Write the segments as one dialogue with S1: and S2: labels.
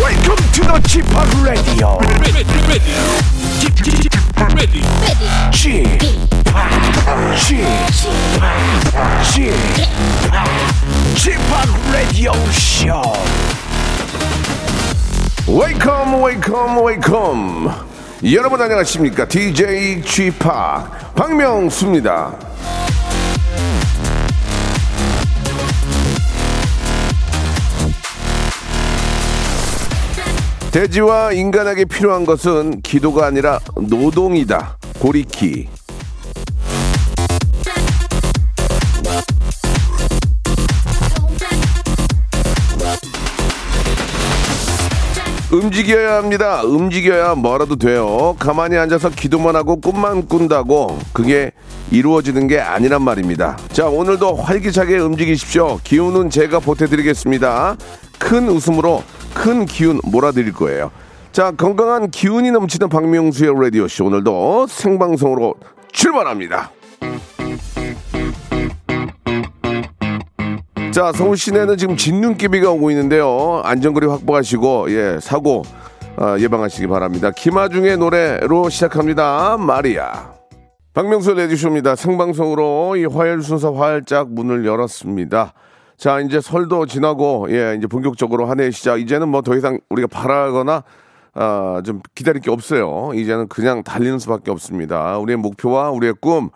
S1: Welcome to the g p Hop Radio.
S2: ready, ready, ready, ready,
S1: g p Hop, g p Hop, g p Hop, g p Hop Radio Show.
S3: 웨이컴 웨이컴 웨이컴 여러분 안녕하십니까 DJ g p 팍 박명수입니다 돼지와 인간에게 필요한 것은 기도가 아니라 노동이다 고리키 움직여야 합니다. 움직여야 뭐라도 돼요. 가만히 앉아서 기도만 하고 꿈만 꾼다고 그게 이루어지는 게 아니란 말입니다. 자, 오늘도 활기차게 움직이십시오. 기운은 제가 보태드리겠습니다. 큰 웃음으로 큰 기운 몰아드릴 거예요. 자, 건강한 기운이 넘치는 박명수의 라디오쇼. 오늘도 생방송으로 출발합니다. 자, 서울 시내는 지금 진눈기비가 오고 있는데요. 안전거리 확보하시고, 예, 사고 아, 예방하시기 바랍니다. 김하중의 노래로 시작합니다. 마리아. 박명수 레디쇼입니다. 생방송으로 이 화요일 순서 활짝 문을 열었습니다. 자, 이제 설도 지나고, 예, 이제 본격적으로 한 해 시작. 이제는 뭐 더 이상 우리가 바라거나, 아, 좀 기다릴 게 없어요. 이제는 그냥 달리는 수밖에 없습니다. 우리의 목표와 우리의 꿈,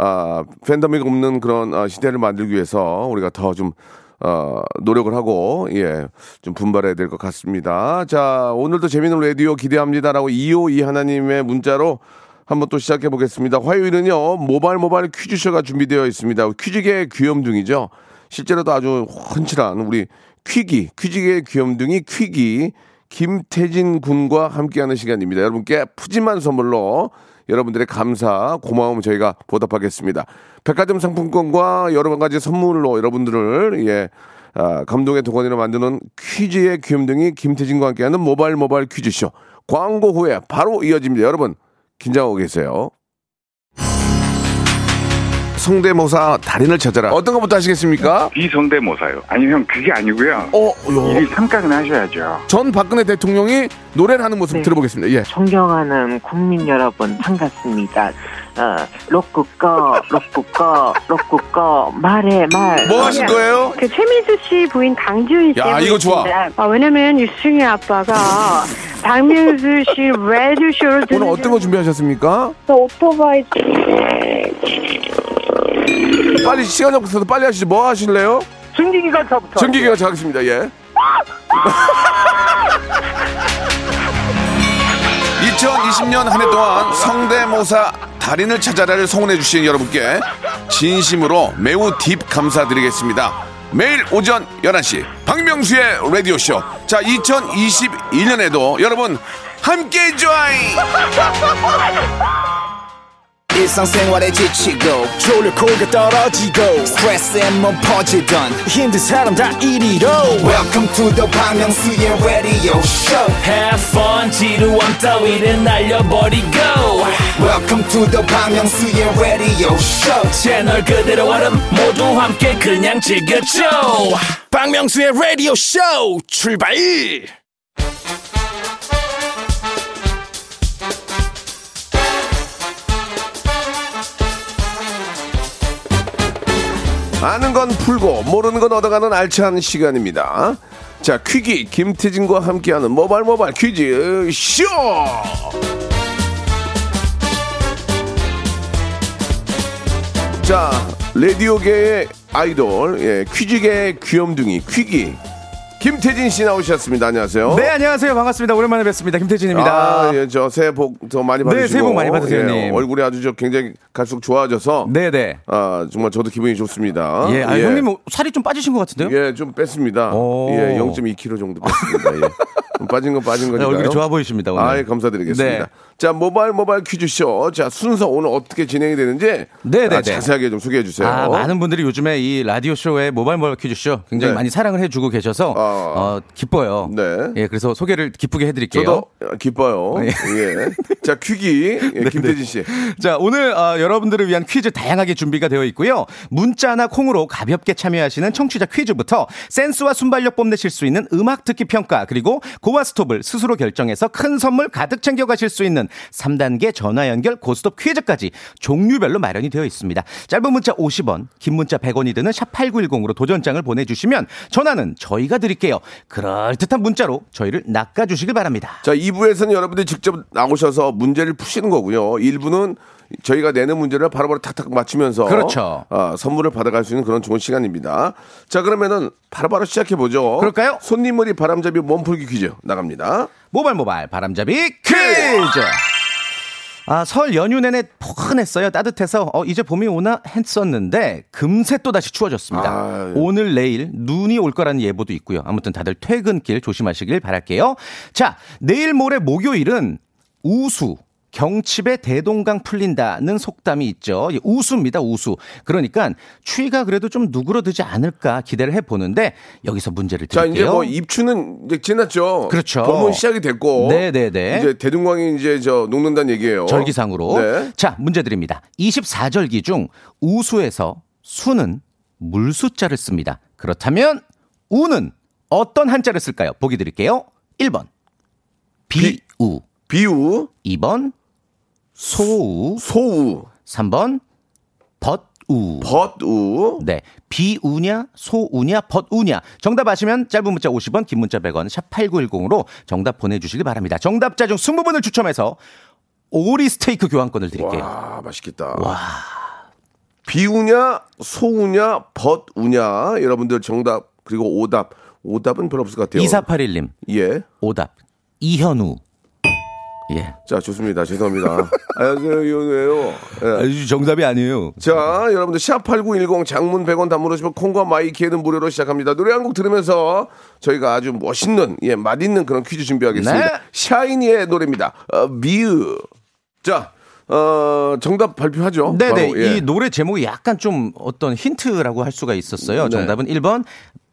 S3: 아, 팬덤이 없는 그런 아, 시대를 만들기 위해서 우리가 더 좀, 어, 노력을 하고, 예, 좀 분발해야 될 것 같습니다. 자, 오늘도 재밌는 라디오 기대합니다라고 252 하나님의 문자로 한번 또 시작해 보겠습니다. 화요일은요, 모발 모발 퀴즈쇼가 준비되어 있습니다. 퀴즈계의 귀염둥이죠. 실제로도 아주 훤칠한 우리 퀴기, 퀴즈계의 귀염둥이 퀴기, 김태진 군과 함께하는 시간입니다. 여러분께 푸짐한 선물로 여러분들의 감사, 고마움 저희가 보답하겠습니다. 백화점 상품권과 여러 가지 선물로 여러분들을, 예, 아, 감동의 도가니로 만드는 퀴즈의 귀염둥이 김태진과 함께하는 모바일 모바일 퀴즈쇼. 광고 후에 바로 이어집니다. 여러분, 긴장하고 계세요. 성대모사 달인을 찾아라. 어떤 것부터 하시겠습니까?
S4: 비성대모사요. 아니 형 그게 아니고요.
S3: 어, 요.
S4: 일일 삼각은 하셔야죠.
S3: 전 박근혜 대통령이 노래를 하는 모습
S5: 네.
S3: 들어보겠습니다. 예.
S5: 존경하는 국민 여러분 반갑습니다. 어, 로쿠꺼 로쿠꺼 로쿠꺼 말해 말.
S3: 뭐 하실 거예요?
S6: 그 최민수 씨 부인 강지훈 씨.
S3: 야, 이거 좋아.
S6: 아, 왜냐면 유승희 아빠가 박명수 씨 레드쇼를
S3: 오늘 어떤 거 준비하셨습니까?
S6: 오토바이
S3: 빨리 시간이 없어서 빨리 하시죠. 뭐 하실래요? 증기기관차부터. 증기기관차 하겠습니다. 예. 2020년 한 해 동안 성대모사 달인을 찾아라를 성원해 주신 여러분께 진심으로 매우 딥 감사드리겠습니다. 매일 오전 11시 박명수의 라디오쇼. 자, 2021년에도 여러분 함께 join!
S7: 일상생활에 지치고, 졸려 코가 떨어지고, 스트레스에 몸 퍼지던, 힘든 사람 다 이리로. welcome to the Bang Myung-soo's radio show
S8: Have fun 지루함 따위를 날려버리고
S7: welcome to the Bang Myung-soo's radio show
S8: 채널 그대로 얼음 모두 함께 그냥 즐겨줘
S1: 박명수의 라디오 쇼 출발.
S3: 아는 건 풀고 모르는 건 얻어가는 알찬 시간입니다. 자 퀴기 김태진과 함께하는 모발 모발 퀴즈 쇼. 자 라디오계의 아이돌 예, 퀴즈계의 귀염둥이 퀴기 김태진 씨 나오셨습니다. 안녕하세요.
S9: 네 안녕하세요 반갑습니다 오랜만에 뵙습니다 김태진입니다
S3: 아, 예, 저 새해 복 더 많이
S9: 네,
S3: 받으시고
S9: 새해 복 많이 받으세요,
S3: 예,
S9: 형님.
S3: 얼굴이 아주 저 굉장히 갈수록 좋아져서
S9: 네네
S3: 아 정말 저도 기분이 좋습니다.
S9: 예, 아, 형님 살이 좀 빠지신 것 같은데요
S3: 예, 좀 뺐습니다.
S9: 오.
S3: 예, 0.2kg 정도 뺐습니다. 예. 좀 빠진 건 빠진 거니까.
S9: 네, 얼굴이 좋아 보이십니다, 오늘.
S3: 아, 예, 감사드리겠습니다.
S9: 네.
S3: 자, 모바일 모바일 퀴즈쇼. 자, 순서 오늘 어떻게 진행이 되는지
S9: 네, 네,
S3: 아,
S9: 네.
S3: 자세하게 좀 소개해 주세요.
S9: 아, 많은 분들이 요즘에 이 라디오 쇼의 모바일 모바일 퀴즈쇼 굉장히
S3: 네.
S9: 많이 사랑을 해주고 계셔서
S3: 아.
S9: 어, 기뻐요.
S3: 네.
S9: 예, 그래서 소개를 기쁘게 해드릴게요.
S3: 저도 기뻐요.
S9: 예. 네,
S3: 예. 자, 퀴기 예, 김태진 씨.
S9: 자, 오늘 어, 여러분들을 위한 퀴즈 다양하게 준비가 되어 있고요. 문자나 콩으로 가볍게 참여하시는 청취자 퀴즈부터 센스와 순발력 뽐내실 수 있는 음악 듣기 평가 그리고 고와스톱을 스스로 결정해서 큰 선물 가득 챙겨 가실 수 있는 3단계 전화 연결 고스톱 퀴즈까지 종류별로 마련이 되어 있습니다. 짧은 문자 50원, 긴 문자 100원이 드는 샵 8910으로 도전장을 보내 주시면 전화는 저희가 드릴게요. 그럴듯한 문자로 저희를 낚아 주시길 바랍니다.
S3: 자, 2부에서는 여러분들이 직접 나오셔서 문제를 푸시는 거고요. 1부는 저희가 내는 문제를 바로바로 탁탁 맞추면서
S9: 그렇죠.
S3: 아, 선물을 받아갈 수 있는 그런 좋은 시간입니다. 자, 그러면은 바로바로 시작해 보죠.
S9: 그럴까요?
S3: 손님머리 바람잡이 몸풀기 퀴즈 나갑니다.
S9: 모발 모발 바람잡이 퀴즈. 아, 설 연휴 내내 포근했어요. 따뜻해서 어, 이제 봄이 오나 했었는데 금세 또 다시 추워졌습니다.
S3: 아유. 예.
S9: 오늘 내일 눈이 올 거라는 예보도 있고요. 아무튼 다들 퇴근길 조심하시길 바랄게요. 자, 내일 모레 목요일은 우수 경칩에 대동강 풀린다는 속담이 있죠. 이 우수입니다, 우수. 그러니까 추위가 그래도 좀 누그러들지 않을까 기대를 해보는데 여기서 문제를
S3: 자,
S9: 드릴게요.
S3: 이제 뭐 입추는 이제 지났죠.
S9: 그렇죠.
S3: 봄은 시작이 됐고.
S9: 네네네.
S3: 이제 대동강이 이제 저 녹는다는 얘기예요.
S9: 절기상으로.
S3: 어. 네.
S9: 자, 문제 드립니다. 24절기 중 우수에서 수는 물수자를 씁니다. 그렇다면 우는 어떤 한자를 쓸까요? 보기 드릴게요. 1번
S3: 비-
S9: 비우,
S3: 비우,
S9: 2번 소우,
S3: 소우,
S9: 3번 벗우.
S3: 벗우.
S9: 네. 비우냐, 소우냐, 벗우냐. 정답 아시면 짧은 문자 50원, 긴 문자 100원, 샵 8910으로 정답 보내주시기 바랍니다. 정답자 중 20분을 추첨해서 오리 스테이크 교환권을 드릴게요.
S3: 와, 아, 맛있겠다. 비우냐, 소우냐, 벗우냐. 여러분들 정답, 그리고 오답. 오답은 별로 없을 것 같아요.
S9: 2481님,
S3: 예.
S9: 오답. 이현우. 예.
S3: 자, 좋습니다. 죄송합니다. 아, 안녕하세요. 예.
S9: 정답이 아니에요.
S3: 자, 여러분들 샵8910 장문 100원 단문으로시면 콩과 마이키에는 무료로 시작합니다. 노래 한 곡 들으면서 저희가 아주 멋있는 예, 맛있는 그런 퀴즈 준비하겠습니다.
S9: 네.
S3: 샤이니의 노래입니다. 어, 미으. 자, 어, 정답 발표하죠.
S9: 네네.
S3: 바로, 예.
S9: 이 노래 제목이 약간 좀 어떤 힌트라고 할 수가 있었어요.
S3: 네.
S9: 정답은 1번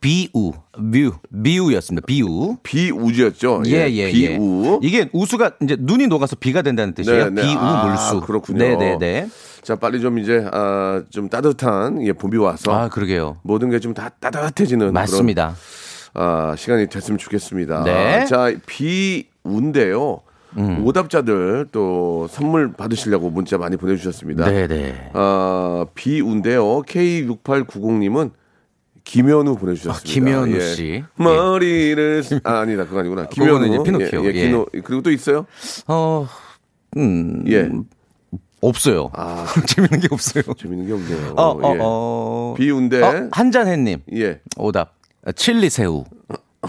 S9: 비우. 뮤. 비우였습니다. 비우.
S3: 비우지였죠.
S9: 예, 예, 예.
S3: 어, 비우.
S9: 이게 우수가 이제 눈이 녹아서 비가 된다는 뜻이에요.
S3: 네, 네.
S9: 비우
S3: 아,
S9: 물수.
S3: 그렇군요.
S9: 네, 네, 네.
S3: 자, 빨리 좀 이제 아, 좀 따뜻한 예, 봄이 와서
S9: 아, 그러게요.
S3: 모든 게 좀 다 따뜻해지는
S9: 맞습니다.
S3: 그런, 아, 시간이 됐으면 좋겠습니다.
S9: 네. 음.
S3: 자, 비운데요. 오답자들 또 선물 받으시려고 문자 많이 보내주셨습니다.
S9: 네, 네.
S3: 아, 비운데요. K6890님은 김현우 보내주셨습니다.
S9: 아, 김현우
S3: 예.
S9: 씨. 예.
S3: 머리를 쓰- 아, 아니다 그거 아니구나.
S9: 그거는
S3: 김현우
S9: 이제 피노키오.
S3: 예, 예,
S9: 예.
S3: 기노- 그리고 또 있어요?
S9: 어, 음.
S3: 예.
S9: 없어요.
S3: 아,
S9: 재밌는 게 없어요.
S3: 재밌는 게 없네요.
S9: 어, 어,
S3: 예.
S9: 어.
S3: 비운데
S9: 어, 한잔해 님.
S3: 예.
S9: 오답. 아, 칠리 새우.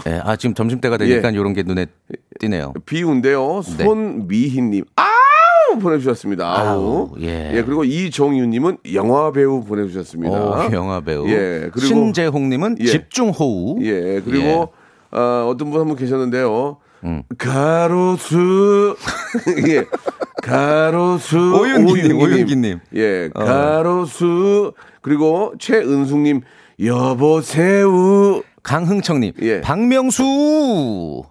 S9: 예, 아 지금 점심 때가 되니까
S3: 예.
S9: 요런게 눈에 띄네요.
S3: 비운데요. 손미희님 아우 보내주셨습니다. 아우.
S9: 아우, 예.
S3: 그리고 이종유님은 영화 배우 보내주셨습니다.
S9: 오, 영화 배우.
S3: 예. 그리고
S9: 신재홍님은
S3: 예.
S9: 집중 호우.
S3: 예. 그리고 어, 어떤 분 한 분 계셨는데요.
S9: 음.
S3: 가로수 예. 가로수
S9: 오윤기님, 오윤기님. 어.
S3: 예. 가로수 그리고 최은숙님 여보세요.
S9: 강흥청님,
S3: 예.
S9: 박명수.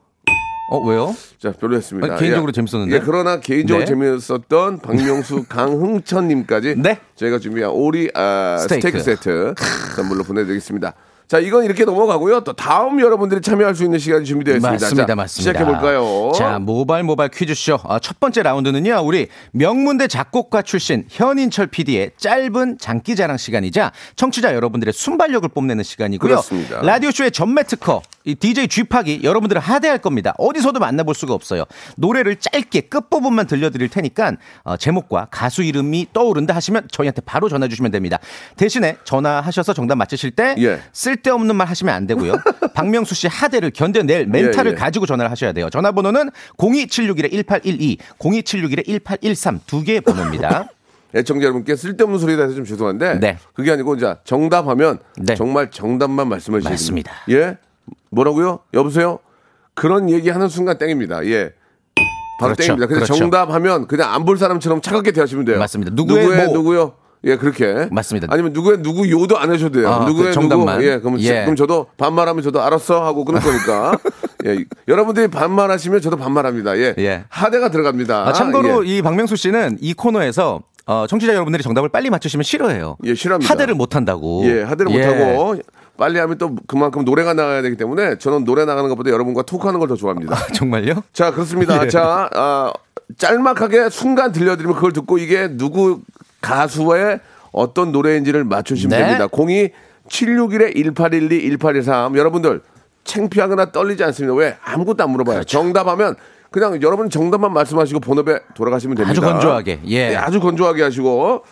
S9: 어 왜요?
S3: 자, 별로였습니다.
S9: 아니, 개인적으로 재밌었는데?
S3: 예, 그러나 개인적으로
S9: 네.
S3: 재미있었던 박명수 강흥천님까지
S9: 네.
S3: 저희가 준비한 오리 아, 스테이크.
S9: 스테이크.
S3: 세트 선물로 보내드리겠습니다. 자, 이건 이렇게 넘어가고요. 또 다음 여러분들이 참여할 수 있는 시간이 준비되어 있습니다.
S9: 맞습니다,
S3: 자,
S9: 맞습니다.
S3: 시작해볼까요?
S9: 자, 모발 모발 퀴즈쇼. 아, 첫 번째 라운드는요, 우리 명문대 작곡가 출신 현인철 PD의 짧은 장기자랑 시간이자 청취자 여러분들의 순발력을 뽐내는 시간이고요.
S3: 그렇습니다.
S9: 라디오쇼의 전매 특허, 이 DJ 쥐팍이 여러분들을 하대할 겁니다. 어디서도 만나볼 수가 없어요. 노래를 짧게 끝부분만 들려드릴 테니까 어, 제목과 가수 이름이 떠오른다 하시면 저희한테 바로 전화 주시면 됩니다. 대신에 전화하셔서 정답 맞히실 때
S3: 예.
S9: 쓸데없는 말 하시면 안 되고요. 박명수 씨 하대를 견뎌낼
S3: 예,
S9: 멘탈을
S3: 예.
S9: 가지고 전화를 하셔야 돼요. 전화번호는 02761-1812, 02761-1813 두 개의 번호입니다.
S3: 애청자 여러분께 쓸데없는 소리에 대해서 좀 죄송한데
S9: 네.
S3: 그게 아니고 자 정답하면
S9: 네.
S3: 정말 정답만 말씀해 주시면
S9: 맞습니다.
S3: 예 뭐라고요? 여보세요? 그런 얘기하는 순간 땡입니다. 예. 바로
S9: 그렇죠.
S3: 땡입니다. 근데
S9: 그렇죠.
S3: 정답하면 그냥 안 볼 사람처럼 차갑게 대하시면 돼요.
S9: 맞습니다. 누구의 뭐.
S3: 누구요? 예, 그렇게.
S9: 맞습니다.
S3: 아니면 누구의 누구 요도 안 하셔도 돼요.
S9: 아,
S3: 누구의
S9: 그 정답만.
S3: 누구. 예, 그럼,
S9: 예.
S3: 그럼 저도 반말하면 저도 알았어 하고 끊을 거니까. 예, 여러분들이 반말하시면 저도 반말합니다. 예.
S9: 예.
S3: 하대가 들어갑니다.
S9: 아, 참고로
S3: 예.
S9: 이 박명수 씨는 이 코너에서 어, 청취자 여러분들이 정답을 빨리 맞추시면 싫어해요.
S3: 예, 싫어합니다.
S9: 하대를 못 한다고.
S3: 예, 하대를
S9: 뭐. 예.
S3: 못하고 빨리 하면 또 그만큼 노래가 나가야 되기 때문에 저는 노래 나가는 것보다 여러분과 톡하는 걸 더 좋아합니다.
S9: 정말요?
S3: 자, 그렇습니다.
S9: 네. 예.
S3: 자, 아, 짤막하게 순간 들려드리면 그걸 듣고 이게 누구 가수의 어떤 노래인지를 맞추시면
S9: 네.
S3: 됩니다. 02 761-1812, 1813. 여러분들, 창피하거나 떨리지 않습니다. 왜? 아무것도 안 물어봐요.
S9: 그렇죠.
S3: 정답하면 그냥 여러분 정답만 말씀하시고 본업에 돌아가시면 됩니다.
S9: 아주 건조하게, 예.
S3: 네, 아주 건조하게 하시고.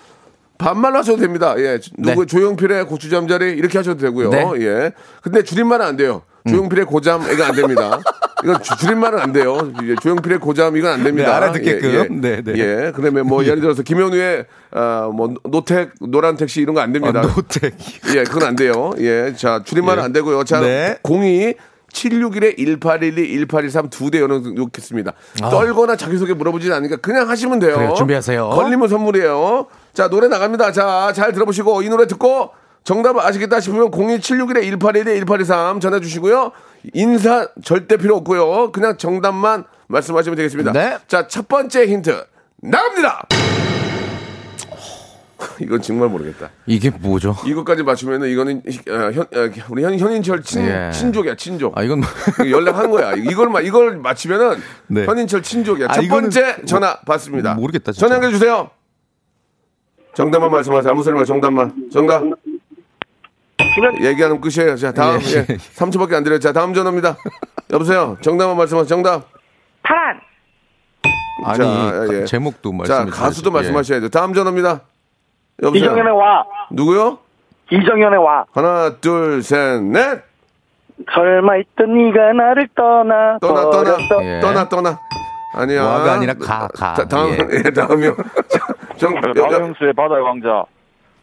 S3: 반말로 하셔도 됩니다. 예. 누구
S9: 네.
S3: 조용필의 고추잠자리 이렇게 하셔도 되고요.
S9: 네. 음.
S3: 예. 근데 줄임말은 안 돼요. 조용필의 고잠 이건 안 됩니다. 이건 주- 줄임말은 안 돼요. 이제 조용필의 고잠 이건 안 됩니다.
S9: 네, 알아듣게끔.
S3: 예, 예.
S9: 네, 네.
S3: 예. 그다음에 뭐 예를 들어서 김현우의 아, 뭐 노택 노란 택시 이런 거 안 됩니다.
S9: 아, 노텍.
S3: 예, 그건 안 돼요. 예. 자, 줄임말은
S9: 예.
S3: 안 되고요. 자,
S9: 네.
S3: 02 761에 1812, 1813 두 대 열어놓겠습니다. 떨거나 자기소개 물어보진 않으니까 그냥 하시면 돼요.
S9: 아. 그래요, 준비하세요.
S3: 걸리면 선물이에요. 자, 노래 나갑니다. 자, 잘 들어보시고 이 노래 듣고 정답을 아시겠다 싶으면 02 761에 1812, 1823 전해주시고요. 인사 절대 필요 없고요. 그냥 정답만 말씀하시면 되겠습니다.
S9: 네.
S3: 자, 첫 번째 힌트 나갑니다. 이건 정말 모르겠다.
S9: 이게 뭐죠?
S3: 이것까지 맞추면은 이거는 어, 현, 어, 우리 현, 현인철 친,
S9: 예.
S3: 친족이야 친족.
S9: 아, 이건 뭐-
S3: 이거 연락한 거야. 이걸 마, 이걸 맞추면은
S9: 네.
S3: 현인철 친족이야.
S9: 아,
S3: 첫
S9: 이거는
S3: 번째
S9: 뭐-
S3: 전화 받습니다.
S9: 모르겠다, 진짜.
S3: 전화 연결 주세요. 정답만 말씀하세요. 아무 소리 말고 정답만. 정답. 얘기하면 끝이에요. 자 다음
S9: 예, 예.
S3: 예. 3초밖에 안 드려요. 자 다음 전화입니다. 여보세요. 정답만 말씀하세요. 정답.
S6: 파란
S9: 아니
S3: 자, 예.
S9: 제목도
S3: 자
S9: 말씀해 예.
S3: 가수도
S9: 주셔야지.
S3: 말씀하셔야 돼요. 다음 전화입니다. 여보세요.
S5: 와
S3: 누구요?
S5: 이정현의 와
S3: 하나 둘 셋 넷.
S5: 설마 있던 네가 나를 떠나
S3: 떠나 떠나
S9: 예.
S3: 어, 떠나 떠나 아니야
S9: 와가 아니라 가, 가.
S3: 자, 다음
S9: 예.
S3: 예, 다음이요 정 여- 여-
S4: 아, 바다의 왕자.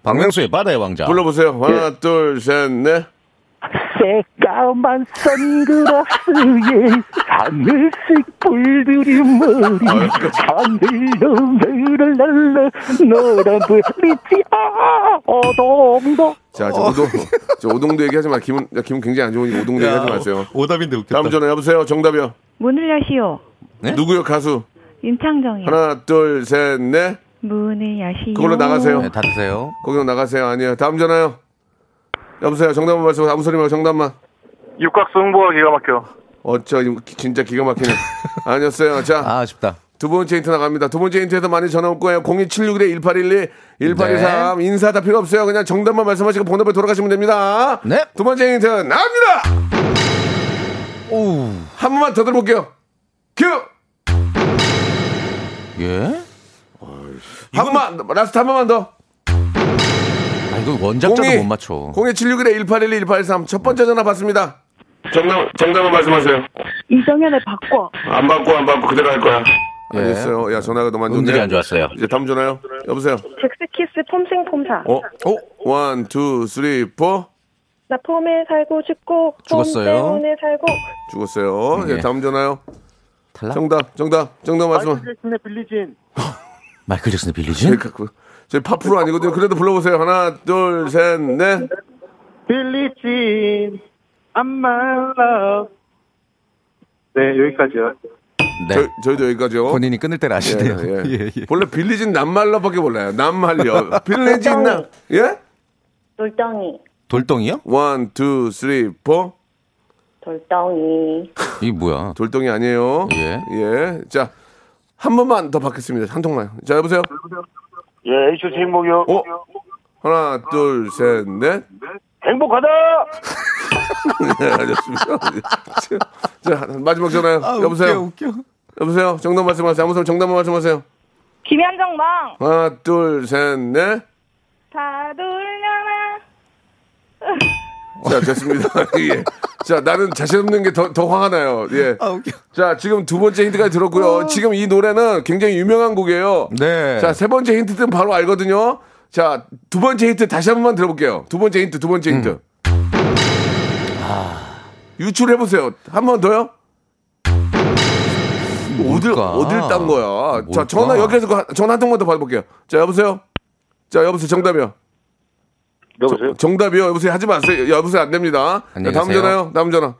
S9: 박명수의 바다의 왕자.
S3: 불러보세요 하나
S9: 예.
S3: 둘셋넷
S5: 새까만 선글라스에 하늘색 불들이 머리
S3: 아,
S5: 하늘로 너를 날라 노란 불빛이 아 어동도
S3: 자, 저 오동, 저 오동도 얘기하지 마. 기분, 나 기분 굉장히 안 좋으니까 오동도 얘기하지 마세요.
S9: 아, 오답인데 웃겼다.
S3: 다음 전화 여보세요. 정답이요.
S6: 문을 여시오
S9: 네?
S3: 누구요 가수?
S6: 임창정이요
S3: 하나, 둘, 셋, 넷.
S6: 문을 여시오
S3: 그걸로 나가세요.
S9: 네, 닫으세요.
S3: 거기로 나가세요. 아니요. 다음 전화요. 여보세요. 정답만 말씀. 아무 소리 말고 정답만.
S4: 육각수 홍보가 기가 막혀.
S3: 어쩌, 이거 기- 진짜 기가 막히네. 아니었어요. 자,
S9: 아, 아쉽다.
S3: 두 번째 힌트 나갑니다. 두 번째 힌트에서 많이 전화 올 거예요. 02761-1812, 1823.
S9: 네.
S3: 인사 다 필요 없어요. 그냥 정답만 말씀하시고 번호에 돌아가시면 됩니다.
S9: 네.
S3: 두 번째 힌트 나갑니다!
S9: 오.
S3: 한 번만 더 들어볼게요. 큐!
S9: 예?
S3: 한 번만, 라스트 한 번만 더.
S9: 아, 이거 원작자도 못 맞춰.
S3: 02761-1812, 1823. 첫 번째 전화 받습니다. 정답, 정답만 말씀하세요.
S6: 이정현의 바꿔
S3: 안 받고, 안 받고, 그대로 할 거야.
S9: 예.
S3: 네. 알겠어요. 야, 전화가 너무 안 좋네.
S9: 음질이 안 좋았어요.
S3: 이제 다음 전화요. 여보세요.
S6: 즉스키스 폼생폼사
S3: 어? 어? 원, 투, 쓰리, 포.
S6: 나 폼에 살고 죽고
S9: 죽었어요. 때문에
S6: 살고
S3: 죽었어요.
S9: 예.
S3: 예, 다음 전화요.
S9: 탈락?
S3: 정답, 정답, 정답 말씀.
S9: 마이클 잭슨의 빌리진?
S3: 저희 갖고- 그, 저희 파프로 아니거든요. 그래도 불러보세요. 하나, 둘, 셋,
S9: 네.
S3: 넷.
S5: 빌리진 I'm my love 네 여기까지요
S9: 네.
S3: 저희, 저희도 여기까지요.
S9: 본인이 끊을 때를 아시네요.
S3: 예, 예.
S9: 예, 예.
S3: 원래 빌리진 남말러밖에 몰라요. 남말려. 빌리진 남. 예?
S6: 돌덩이
S9: 돌덩이요?
S3: 원, 투, 쓰리, 포.
S6: 돌덩이
S9: 이게 뭐야?
S3: 돌덩이 아니에요.
S9: 예.
S3: 예. 자, 한 번만 더 받겠습니다. 한 통만. 자, 여보세요.
S4: 예, H.O.T. 행복이요.
S3: 어? 하나, 둘, 셋, 넷.
S4: 행복하다!
S3: 네, 알겠습니다. 자, 마지막 전화요. 여보세요.
S9: 아, 웃겨, 웃겨.
S3: 여보세요. 정답 말씀하세요. 아무 소리 정답만 말씀하세요.
S6: 김현정 망
S3: 하나, 둘, 셋, 넷.
S6: 다 돌려라
S3: 자, 됐습니다. 예. 자, 나는 자신 없는 게 더, 더 화가 나요. 예.
S9: 아, 웃겨. 어.
S3: 자, 지금 두 번째 힌트까지 들었고요. 지금 이 노래는 굉장히 유명한 곡이에요.
S9: 네.
S3: 자, 세 번째 힌트 는 바로 알거든요. 자, 두 번째 힌트 다시 한 번만 들어볼게요. 두 번째 힌트, 두 번째 힌트.
S9: 음.
S3: 아. 유출해보세요. 한 번 더요? 어딜,
S9: 뭘까?
S3: 어딜 딴 거야? 자,
S9: 뭘까?
S3: 전화 여기서 그 전화 한 통만 더 받아볼게요. 자, 여보세요? 자, 여보세요? 정답이요.
S4: 여보세요?
S3: 정답이요. 여보세요. 하지 마세요. 여보세요. 안 됩니다. 자,
S9: 안녕히
S3: 다음
S9: 계세요.
S3: 전화요. 다음 전화.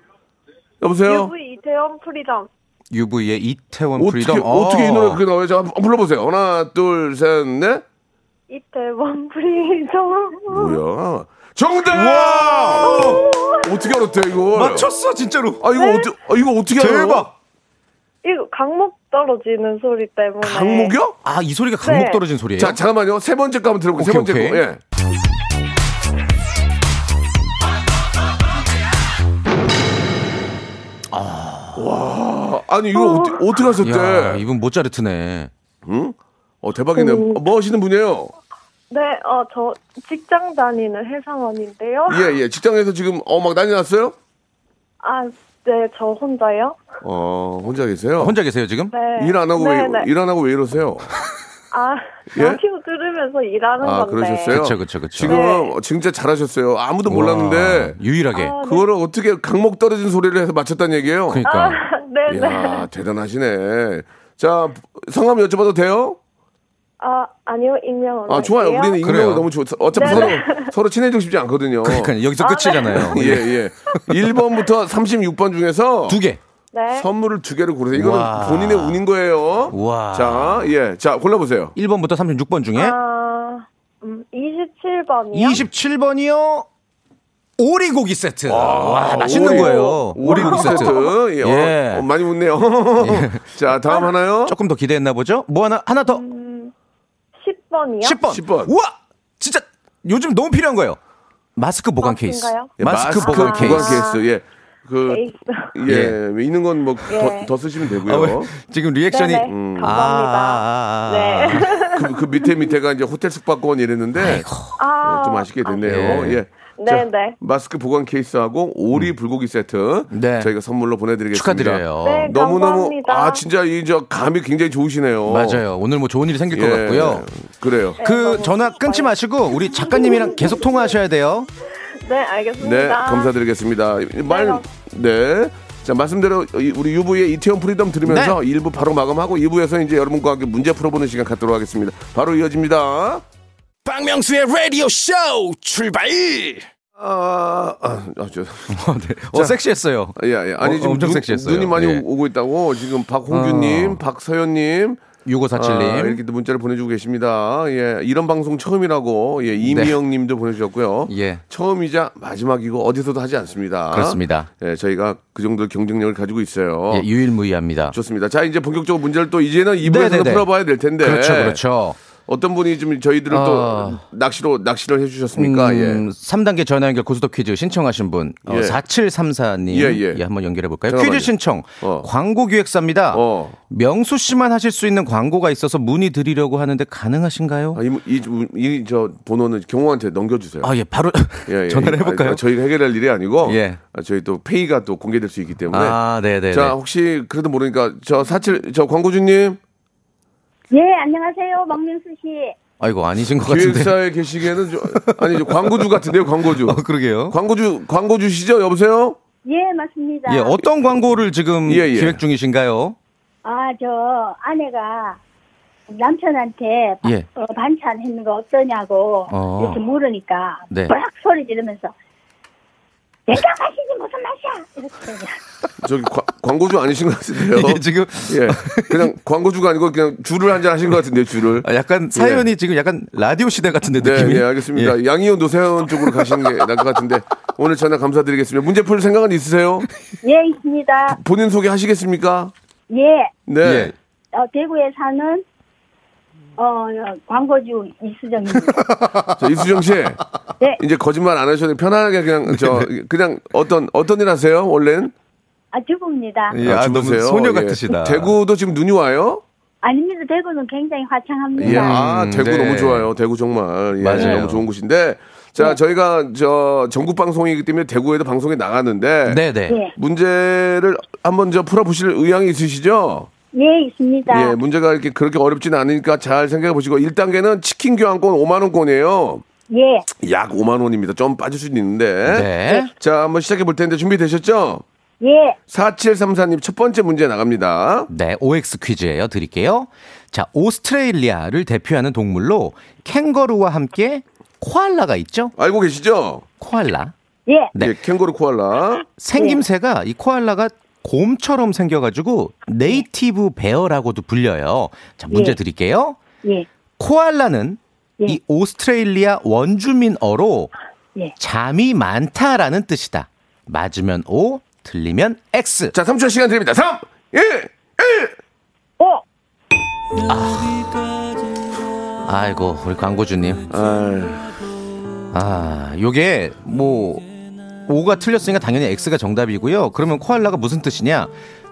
S3: 여보세요?
S6: UV 이태원 프리덤
S9: UV의 이태원
S3: 어떻게,
S9: 프리덤.
S3: 어떻게 이 노래
S9: 어.
S3: 그게 나와요? 자, 한번 불러보세요. 하나, 둘, 셋, 넷.
S6: 이태원 프리덤
S3: 뭐야? 정답! 어떻게 알았대, 이거?
S9: 맞췄어 진짜로.
S3: 아, 이거 어떻게, 아, 이거 어떻게 알아요?
S9: 대박.
S6: 이거 강목 떨어지는 소리 때문에.
S3: 강목이요?
S9: 아 이 소리가 강목
S6: 네.
S9: 떨어진 소리예요?
S3: 자, 잠깐만요. 세 번째 거 한번 들어볼게요. 세 번째
S9: 오케이,
S3: 거.
S9: 오케이.
S3: 예. 와, 아니 이거 어... 떻게 하셨대?
S9: 야, 이분 모짜르트네.
S3: 어 대박이네. 요 뭐 하시는 분이에요?
S6: 네, 어, 저 직장 다니는 회사원인데요.
S3: 예, 예. 직장에서 지금 어 막 난리 났어요?
S6: 아, 네, 저 혼자요.
S3: 어, 혼자 계세요?
S9: 혼자 계세요 지금?
S6: 네.
S3: 일 안 하고
S6: 네, 네.
S3: 왜, 일 안 하고 왜 이러세요?
S6: 아,
S3: 예?
S6: 라디오 들으면서 일하는
S3: 아,
S6: 건데.
S3: 그러셨어요?
S9: 그쵸, 그쵸, 그쵸.
S3: 지금 어, 진짜 잘하셨어요. 아무도 몰랐는데
S9: 와, 유일하게.
S6: 아, 네.
S3: 그거를 어떻게 강목 떨어진 소리를 해서 맞췄다는 얘기예요?
S9: 그러니까
S6: 네, 네.
S3: 이야, 대단하시네. 자, 성함 여쭤봐도 돼요?
S6: 아, 아니요, 익명 올릴게요.
S3: 아, 좋아요. 우리는 익명을
S9: 그래요.
S3: 너무 좋아. 어차피
S6: 네,
S3: 서로, 서로 친해지고 싶지 않거든요.
S9: 그러니까 여기서 끝이잖아요.
S3: 예, 예. 1번부터 36번 중에서
S9: 두 개.
S6: 네.
S3: 선물을 두 개를 고르세요. 이거는
S9: 우와.
S3: 본인의 운인 거예요.
S9: 우와.
S3: 자, 예. 자, 골라보세요.
S9: 1번부터 36번 중에
S6: 아, 음, 27번이요.
S9: 27번이요. 오리고기 세트. 와, 맛있는
S3: 아, 오리.
S9: 거예요.
S3: 오리고기 세트. 예. 어,
S9: 예.
S3: 어, 많이 웃네요. 자, 다음 하나요?
S9: 조금 더 기대했나 보죠? 뭐 하나 하나 더.
S6: 10번이요.
S9: 10번.
S3: 10번.
S9: 우와! 진짜 요즘 너무 필요한 거예요. 마스크 보관 케이스.
S6: 마스크인가요?
S3: 예,
S9: 마스크, 보관 케이스.
S3: 보관 케이스. 예. 그, 예. 있는 건 뭐 더
S6: 네. 예.
S3: 쓰시면
S9: 아,
S3: 되고요.
S9: 왜? 지금 리액션이
S6: 네네.
S3: 음.
S9: 아,
S6: 감사합니다.
S9: 아, 아, 아.
S6: 네.
S3: 그, 그 밑에 밑에가 이제 호텔 숙박권
S9: 네,
S3: 이랬는데
S6: 아,
S3: 어, 좀 아쉽게 됐네요.
S9: 아,
S3: 예.
S9: 예.
S6: 네, 네.
S3: 마스크 보관 케이스하고 오리 불고기 세트
S9: 네.
S3: 저희가 선물로 보내드리겠습니다.
S9: 축하드려요.
S6: 네,
S3: 너무너무
S6: 감사합니다.
S3: 아 진짜 이 저 감이 굉장히 좋으시네요.
S9: 맞아요. 오늘 뭐 좋은 일이 생길
S3: 예,
S9: 것 같고요.
S3: 그래요.
S9: 그 전화 끊지 마시고 우리 작가님이랑 계속 통화하셔야 돼요.
S6: 네, 알겠습니다.
S3: 네, 감사드리겠습니다. 말, 네. 자, 말씀대로 이- 우리 유부의 이태원 프리덤 들으면서
S9: 네.
S3: 1부 바로 마감하고 2부에서 이제 여러분과 함께 문제 풀어보는 시간 갖도록 하겠습니다. 바로 이어집니다.
S1: 박명수의 라디오 쇼 출발!
S3: 아, 아, 아, 저,
S9: 어, 네. 어, 섹시했어요.
S3: 예, 예. 아니,
S9: 어,
S3: 지금
S9: 엄청
S3: 눈,
S9: 섹시했어요. 어.
S3: 눈이 많이
S9: 네.
S3: 오- 오고 있다고 지금 박홍규님, 박서연님, 아,
S9: 6547님.
S3: 이렇게 또 문자를 보내주고 계십니다. 예, 이런 방송 처음이라고 예, 이미영님도 보내주셨고요.
S9: 네. 예.
S3: 처음이자 마지막이고 어디서도 하지 않습니다.
S9: 그렇습니다.
S3: 예, 저희가 그 정도 경쟁력을 가지고 있어요.
S9: 예, 유일무이합니다.
S3: 좋습니다. 자, 이제 본격적으로 문제를 또 이제는 이부에서
S9: 네네네.
S3: 풀어봐야 될 텐데.
S9: 그렇죠, 그렇죠.
S3: 어떤 분이 좀 저희들을
S9: 아.
S3: 또 낚시로 낚시를 해주셨습니까?
S9: 음, 3단계 전화 연결 고스톱 퀴즈 신청하신 분 어,
S3: 예.
S9: 4734님
S3: 예, 예.
S9: 한번 연결해 볼까요?
S3: 잠깐만요.
S9: 퀴즈 신청
S3: 어.
S9: 광고 기획사입니다.
S3: 어.
S9: 명수 씨만 하실 수 있는 광고가 있어서 문의 드리려고 하는데 가능하신가요?
S3: 예. 이이저 번호는 경호한테 넘겨주세요.
S9: 아 예 바로
S3: 예, 예.
S9: 전화를 해볼까요?
S3: 아, 저희가 해결할 일이 아니고
S9: 예.
S3: 아, 저희 또 페이가 또 공개될 수 있기 때문에.
S9: 아 네네.
S3: 자, 혹시 그래도 모르니까 저 사칠 저 광고주님
S6: 예, 안녕하세요. 박명수 씨.
S9: 아이고 아니신 것 같은데.
S3: 기획사에 계시기에는 좀, 아니 저 광고주 같은데요, 광고주.
S9: 어 그러게요.
S3: 광고주 광고주시죠? 여보세요?
S6: 예, 맞습니다.
S9: 예 어떤 광고를 지금
S3: 예, 예.
S9: 기획 중이신가요?
S6: 아, 저 아내가 남편한테 바-
S9: 예.
S6: 어, 반찬 했는 거 어떠냐고
S9: 어.
S6: 이렇게 물으니까
S9: 네.
S6: 빡 소리 지르면서 내가 마시지 무슨 맛이야 이렇게 그냥.
S3: 저기 과- 광고주 아니신 것 같은데요.
S9: 이게 지금
S3: 예. 그냥 광고주가 아니고 그냥 줄을 한잔 하신 것 같은데 줄을.
S9: 아, 약간 사연이 지금 약간 라디오 시대 같은데
S3: 예. 네,
S9: 느낌이.
S3: 예, 알겠습니다.
S9: 예.
S3: 양희원 노세현 쪽으로 가시는 게 나을 것 같은데 오늘 전화 감사드리겠습니다. 문제 풀 생각은 있으세요?
S6: 예 있습니다
S3: 본인 소개 하시겠습니까?
S6: 예
S3: 네.
S9: 예.
S6: 어, 대구에 사는 어, 광고주 이수정입니다
S3: 자, 이수정 씨.
S6: 네.
S3: 이제 거짓말 안 하셔도 편안하게 그냥 저 그냥 어떤 어떤 일 하세요? 원래는?
S6: 아 주부입니다
S9: 예, 아, 너무
S3: 주부세요?
S9: 소녀
S3: 예.
S9: 같으시다.
S3: 대구도 지금 눈이 와요?
S6: 아닙니다 대구는 굉장히
S3: 예.
S6: 화창합니다
S3: 아, 대구
S9: 네.
S3: 너무 좋아요. 대구 정말. 예,
S9: 맞아요. 네.
S3: 너무 좋은 곳인데. 자, 저희가 저 전국 방송이기 때문에 대구에도 방송에 나가는데
S9: 네네.
S6: 예,
S3: 문제를 한번 저 풀어 보실 의향이 있으시죠?
S6: 예 있습니다
S3: 예, 문제가 이렇게 그렇게 어렵진 않으니까 잘 생각해 보시고 1단계는 치킨 교환권 5만 원권이에요.
S6: 예
S3: 약 5만 원입니다. 좀 빠질 수는 있는데.
S9: 네.
S3: 자, 한번 시작해 볼 텐데 준비되셨죠?
S6: 예.
S3: 4734님 첫 번째 문제 나갑니다.
S9: 네, OX 퀴즈예요. 드릴게요. 자, 오스트레일리아를 대표하는 동물로 캥거루와 함께 코알라가 있죠?
S3: 알고 계시죠?
S9: 코알라.
S6: 예.
S9: 네.
S3: 예, 캥거루 코알라.
S9: 생김새가 이 코알라가 곰처럼 생겨가지고 네이티브 베어라고도 불려요. 자, 문제
S6: 예.
S9: 드릴게요.
S6: 예.
S9: 코알라는
S6: 예.
S9: 이 오스트레일리아 원주민어로
S6: 예.
S9: 잠이 많다라는 뜻이다. 맞으면 O, 틀리면 X.
S3: 자, 3초 시간 드립니다. 3, 1, 1.
S6: 오!
S9: 아이고, 우리 광고주님.
S3: 아,
S9: 아, 요게 뭐 O가 틀렸으니까 당연히 X가 정답이고요. 그러면 코알라가 무슨 뜻이냐?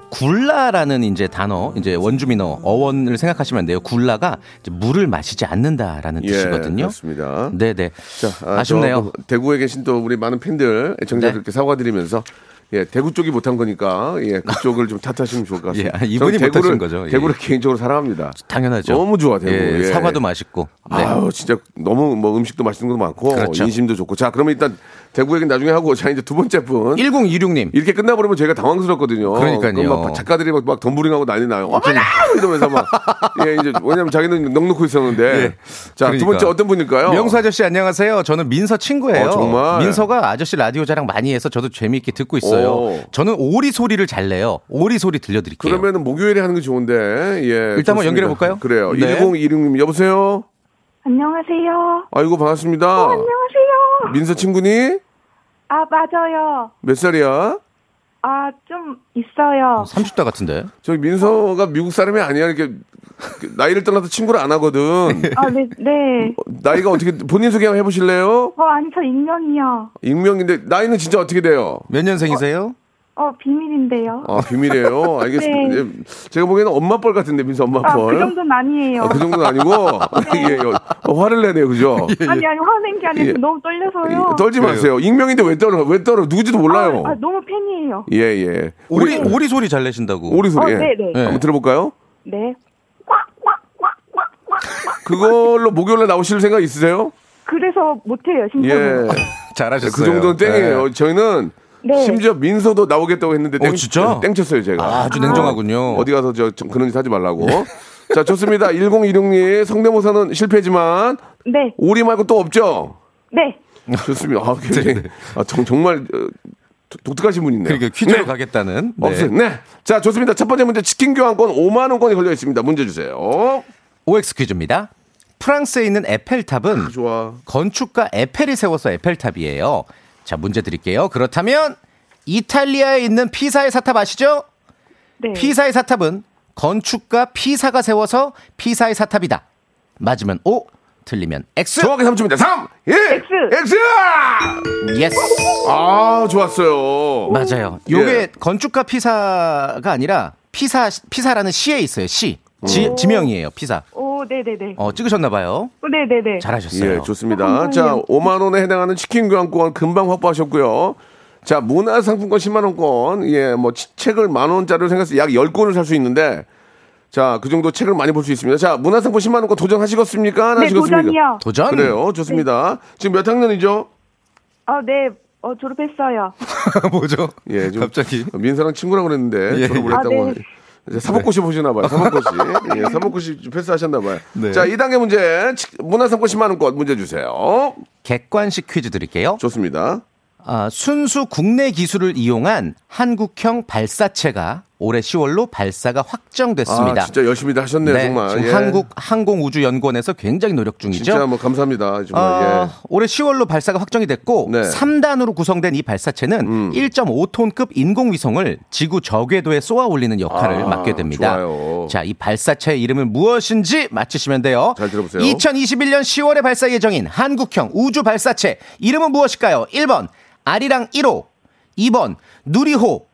S9: 굴라라는 이제 단어, 이제 원주민어 어원을 생각하시면 돼요. 굴라가 이제 물을 마시지 않는다라는
S3: 예,
S9: 뜻이거든요.
S3: 그렇습니다.
S9: 네네.
S3: 자, 아,
S9: 쉽네요 네.
S3: 저 대구에 계신 또 우리 많은 팬들, 애청자들께 사과드리면서 예, 대구 쪽이 못한 거니까 예, 그쪽을 좀 탓하시면 좋을 것 같습니다.
S9: 예, 이분이
S3: 저는
S9: 못하신
S3: 대구를-
S9: 거죠. 예.
S3: 대구를 개인적으로 사랑합니다.
S9: 당연하죠.
S3: 너무 좋아, 대구.
S9: 예,
S3: 예.
S9: 사과도 맛있고. 네.
S3: 아유, 진짜 너무 뭐 음식도 맛있는 것도 많고
S9: 그렇죠.
S3: 인심도 좋고. 자, 그러면 일단 대구 얘기는 나중에 하고 자 이제 두 번째 분
S9: 1026님.
S3: 이렇게 끝나버리면 저희가 당황스럽거든요.
S9: 그러니까요. 음,
S3: 그럼 막 작가들이 막, 막 덤블링하고 난리 나요. 어머나! 이러면서 막. 예, 이제, 왜냐면 자기는 넉 놓고 있었는데. 자, 두
S9: 그러니까.
S3: 번째 어떤 분일까요?
S9: 명수 아저씨 안녕하세요. 저는 민서 친구예요.
S3: 어, 정말?
S9: 민서가 아저씨 라디오 자랑 많이 해서 저도 재미있게 듣고 있어요.
S3: 오.
S9: 저는 오리 소리를 잘 내요. 오리 소리 들려드릴게요.
S3: 그러면은 목요일에 하는 게 좋은데. 예.
S9: 일단 한번
S3: 좋습니다.
S9: 연결해 볼까요?
S3: 그래요.
S9: 네.
S3: 1016님, 여보세요?
S6: 어, 안녕하세요.
S3: 아이고, 반갑습니다.
S6: 안녕하세요.
S3: 민서 친구니?
S6: 아, 맞아요.
S3: 몇 살이야?
S6: 아, 좀 있어요.
S9: 30대 같은데.
S3: 저기 민서가 미국 사람이 아니야. 이렇게 나이를 떠나서 친구를 안 하거든.
S6: 아, 네, 네.
S3: 뭐. 나이가 어떻게 본인 소개 한번 해보실래요?
S6: 어, 아니, 저 익명이요.
S3: 익명인데 나이는 진짜 어떻게 돼요?
S9: 몇 년생이세요?
S6: 어, 비밀인데요.
S3: 아 비밀이에요. 알겠습니다.
S6: 네.
S3: 예, 제가 보기에는 엄마 뻘 같은데 민서 엄마
S6: 아, 그
S3: 뻘.
S6: 정도는 아니에요. 네.
S3: 아, 그 정도는 아니고 예, 예. 어, 화를 내네요, 그죠?
S6: 아니, 아니, 화낸 게
S3: 예.
S6: 아니고 너무 떨려서요.
S3: 이- 떨지 마세요. 익명인데 왜 떨어? 왜 떨어? 누구지도 몰라요.
S6: 아, 아, 너무 팬이에요.
S3: 예 예.
S9: 오리 오리 소리 잘 내신다고.
S3: 오리 소리.
S6: 어,
S3: 예.
S6: 네, 네.
S9: 네.
S3: 한번 들어볼까요?
S6: 네.
S3: 그걸로 목요일에 나오실 생각 있으세요?
S6: 그래서 못해요,
S3: 예.
S6: 심지어.
S9: 잘하셨어요. 네.
S3: 그 정도는 땡이에요. 저희는
S6: 네.
S3: 심지어 민서도 나오겠다고 했는데 땡,
S9: 어, 진짜?
S3: 땡쳤어요 제가.
S9: 아, 아주 냉정하군요.
S3: 어디 가서 저, 저 그런 짓 하지 말라고. 자 좋습니다. 1016님 성대모사는 실패지만
S6: 네,
S3: 오리 말고 또 없죠.
S6: 네.
S3: 좋습니다. 아, 굉장히 아, 정, 정말 어, 도- 독특하신 분이네요.
S9: 그러니까 퀴즈로
S3: 네.
S9: 가겠다는. 네.
S3: 없어요. 네. 자 좋습니다. 첫 번째 문제 치킨 교환권 5만 원권이 걸려 있습니다. 문제 주세요.
S9: OX 퀴즈입니다. 프랑스에 있는 에펠탑은
S3: 좋아.
S9: 건축가 에펠이 세워서 에펠탑이에요. 자, 문제 드릴게요. 그렇다면 이탈리아에 있는 피사의 사탑 아시죠?
S6: 네.
S9: 피사의 사탑은 건축가 피사가 세워서 피사의 사탑이다. 맞으면 O, 틀리면 X.
S3: 정확히 3초입니다. 3, 1,
S6: X.
S3: X.
S9: 예스.
S3: 아 좋았어요.
S9: 맞아요.
S3: 예.
S9: 요게 건축가 피사가 아니라 피사 피사라는 시에 있어요. 시. 지, 지명이에요. 피사.
S6: 오, 네네네.
S9: 어, 찍으셨나 봐요.
S6: 오, 네네네.
S9: 잘하셨어요.
S3: 예,
S6: 아,
S3: 좋습니다. 자, 5만 원에 해당하는 치킨 교환권 금방 확보하셨고요. 자, 문화상품권 10만 원권, 예, 뭐 치- 책을 만 원짜리로 생각해서 약 10권을 살 수 있는데 자, 그 정도 책을 많이 볼 수 있습니다. 자, 문화상품 10만 원권 도전하시겠습니까? 안
S6: 네,
S3: 하시겠습니까?
S6: 도전이요. 네.
S9: 도전.
S3: 그래요. 좋습니다. 지금 몇 학년이죠?
S6: 아, 네. 어, 졸업했어요.
S9: 뭐죠?
S3: 예, 좀
S9: 갑자기.
S3: 민사랑 친구랑 그랬는데
S9: 예. 아,
S3: 졸업을
S6: 아,
S3: 했다고.
S6: 네.
S3: 이제 사복고시 보시나 봐요. 사복고시. 예, 사복고시 좀 패스하셨나 봐요.
S9: 네.
S3: 자, 2단계 문제. 치- 문화상품 10만 원권 문제 주세요.
S9: 객관식 퀴즈 드릴게요.
S3: 좋습니다.
S9: 아, 순수 국내 기술을 이용한 한국형 발사체가 올해 10월로 발사가 확정됐습니다.
S3: 아, 진짜 열심히들 하셨네요,
S9: 네,
S3: 정말.
S9: 지금
S3: 예.
S9: 한국 항공우주연구원에서 굉장히 노력 중이죠.
S3: 진짜 뭐 감사합니다. 정말.
S9: 어,
S3: 예.
S9: 올해 10월로 발사가 확정이 됐고
S3: 네. 음.
S9: 3단으로 구성된 이 발사체는 1.5톤급 인공위성을 지구 저궤도에 쏘아 올리는 역할을
S3: 아,
S9: 맡게 됩니다.
S3: 좋아요.
S9: 자, 이 발사체의 이름은 무엇인지 맞히시면 돼요.
S3: 잘 들어보세요.
S9: 2021년 10월에 발사 예정인 한국형 우주 발사체 이름은 무엇일까요? 1번 아리랑 1호, 2번 누리호,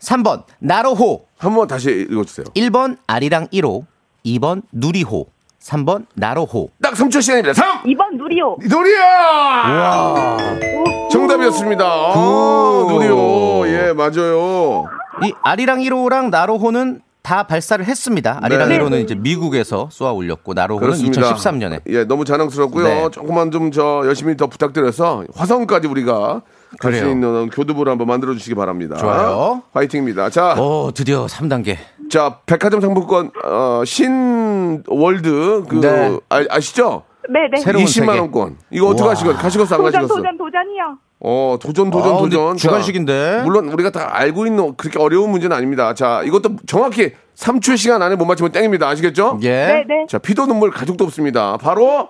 S9: 3번 나로호,
S3: 한번 다시 읽어주세요.
S9: 1번 아리랑 1호, 2번 누리호, 3번 나로호.
S3: 딱 3초 시간입니다. 3!
S6: 2번 누리호.
S3: 누리야! 정답이었습니다. 아,
S9: 굿.
S3: 누리요. 예, 맞아요.
S9: 이 아리랑 1호랑 나로호는 다 발사를 했습니다. 아리랑
S3: 네.
S9: 1호는 이제 미국에서 쏘아 올렸고 나로호는
S3: 그렇습니다.
S9: 2013년에.
S3: 예, 너무 자랑스럽고요.
S9: 네.
S3: 조금만 좀 저 열심히 더 부탁드려서 화성까지 우리가 갈 수
S9: 그래요.
S3: 있는 교두보를 한번 만들어 주시기 바랍니다.
S9: 좋아요.
S3: 화이팅입니다. 자,
S9: 오, 드디어 3단계.
S3: 자, 백화점 상품권 어, 신월드 그
S9: 네.
S3: 아, 아시죠?
S6: 네네.
S9: 새로- 새로운
S3: 20만
S9: 세계.
S3: 원권. 이거 어떻게
S9: 우와.
S3: 하시건 가시겠어 안
S6: 도전,
S3: 가시겠어?
S6: 도전, 도전이요.
S3: 어, 도전 도전
S9: 아, 근데
S3: 도전. 자,
S9: 주관식인데.
S3: 물론 우리가 다 알고 있는 그렇게 어려운 문제는 아닙니다. 자, 이것도 정확히 3초 시간 안에 못 맞추면 땡입니다. 아시겠죠?
S9: 예.
S6: 네네.
S3: 자, 피도 눈물 가족도 없습니다. 바로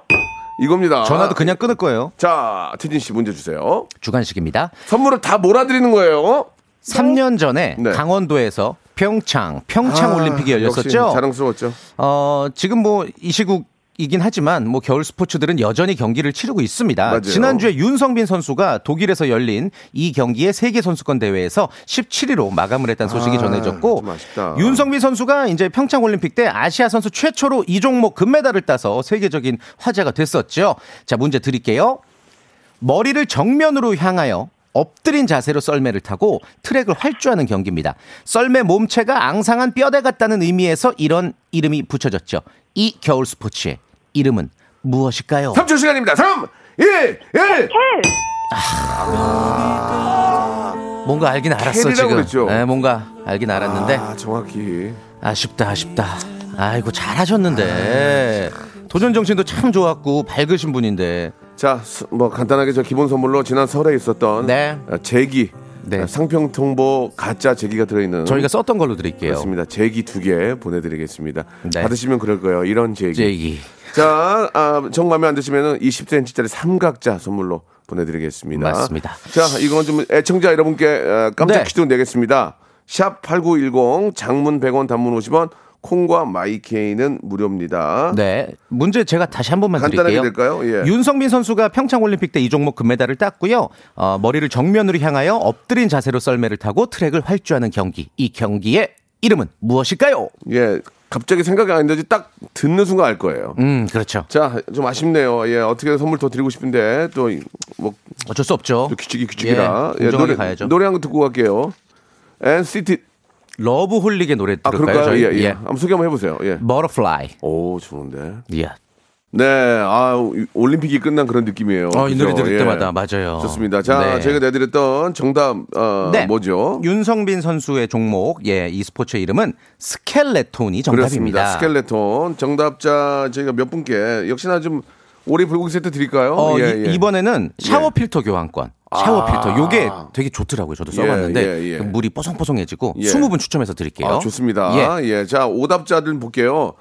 S3: 이겁니다.
S9: 전화도 그냥 끊을 거예요.
S3: 자, 태진 씨 문제 주세요.
S9: 주간식입니다.
S3: 선물을 다 몰아드리는 거예요.
S9: 3년 전에
S3: 네.
S9: 강원도에서 평창 평창
S3: 아,
S9: 올림픽이 열렸었죠.
S3: 역시 자랑스러웠죠.
S9: 어, 지금 뭐 이 시국이긴 하지만 뭐 겨울 스포츠들은 여전히 경기를 치르고 있습니다.
S3: 맞아요.
S9: 지난주에 윤성빈 선수가 독일에서 열린 이 경기의 세계 선수권 대회에서 17위로 마감을 했다는 소식이
S3: 아,
S9: 전해졌고
S3: 좀 아쉽다.
S9: 윤성빈 선수가 이제 평창 올림픽 때 아시아 선수 최초로 이 종목 금메달을 따서 세계적인 화제가 됐었죠. 자, 문제 드릴게요. 머리를 정면으로 향하여 엎드린 자세로 썰매를 타고 트랙을 활주하는 경기입니다. 썰매 몸체가 앙상한 뼈대 같다는 의미에서 이런 이름이 붙여졌죠. 이 겨울 스포츠의 이름은 무엇일까요?
S3: 3초 시간입니다. 3, 1, 1.
S9: 뭔가 알긴 알았어
S3: 헬이라고
S9: 지금.
S3: 그랬죠?
S9: 네, 뭔가 알긴 알았는데
S3: 아, 정확히.
S9: 아쉽다 아쉽다. 아이고 잘하셨는데 도전 정신도 참 좋았고 밝으신 분인데
S3: 자, 수- 뭐 간단하게 저 기본 선물로 지난 설에 있었던
S9: 네.
S3: 어, 제기
S9: 네.
S3: 어, 상평통보 가짜 제기가 들어있는
S9: 저희가 썼던 걸로 드릴게요.
S3: 그렇습니다. 제기 두 개 보내드리겠습니다.
S9: 네.
S3: 받으시면 그럴 거예요. 이런 제기.
S9: 제기
S3: 자, 아, 정 마음에 안 드시면은 20cm짜리 삼각자 선물로 보내드리겠습니다.
S9: 맞습니다.
S3: 자, 이건 좀 애청자 여러분께 어, 깜짝
S9: 네.
S3: 퀴즈 내겠습니다. 샵 8910 장문 100원 단문 50원 콩과 마이케이는 무료입니다.
S9: 네. 문제 제가 다시 한 번만
S3: 간단하게
S9: 드릴게요.
S3: 될까요? 예.
S9: 윤성민 선수가 평창 올림픽 때 이 종목 그 금메달을 땄고요. 어, 머리를 정면으로 향하여 엎드린 자세로 썰매를 타고 트랙을 활주하는 경기. 이 경기의 이름은 무엇일까요?
S3: 예. 갑자기 생각이 안 나지 딱 듣는 순간 알 거예요.
S9: 음, 그렇죠.
S3: 자, 좀 아쉽네요. 예, 어떻게 선물 더 드리고 싶은데 또뭐
S9: 어쩔 수 없죠.
S3: 규칙이 규칙이라.
S9: 예,
S3: 예,
S9: 공정하게
S3: 노래
S9: 가야죠.
S3: 노래 한 곡 듣고 갈게요. NCT
S9: 러브 홀릭의 노래
S3: 아
S9: 들을까요?
S3: 그럴까요?
S9: 저희? 뭐.
S3: 예, 예. 한번 소개 한번 해보세요. 예.
S9: Butterfly.
S3: 오 좋은데.
S9: 예.
S3: 네, 아 올림픽이 끝난 그런 느낌이에요.
S9: 어, 이 노래
S3: 그죠?
S9: 들을
S3: 예.
S9: 때마다 맞아요.
S3: 좋습니다. 자,
S9: 네.
S3: 저희가 내드렸던 정답 어,
S9: 네.
S3: 뭐죠?
S9: 윤성빈 선수의 종목, 예, 이 스포츠의 이름은 스켈레톤이
S3: 그렇습니다.
S9: 정답입니다.
S3: 스켈레톤 정답자 저희가 몇 분께 역시나 좀 오리 불고기 세트 드릴까요?
S9: 어,
S3: 예, 예.
S9: 이, 번에는 샤워 필터 교환권. 샤워
S3: 아.
S9: 필터. 요게 되게 좋더라고요. 저도 써봤는데
S3: 예, 예, 예.
S9: 그 물이 뽀송뽀송해지고
S3: 예.
S9: 20분 추첨해서 드릴게요.
S3: 아, 좋습니다. 예. 자, 오답자들 볼게요.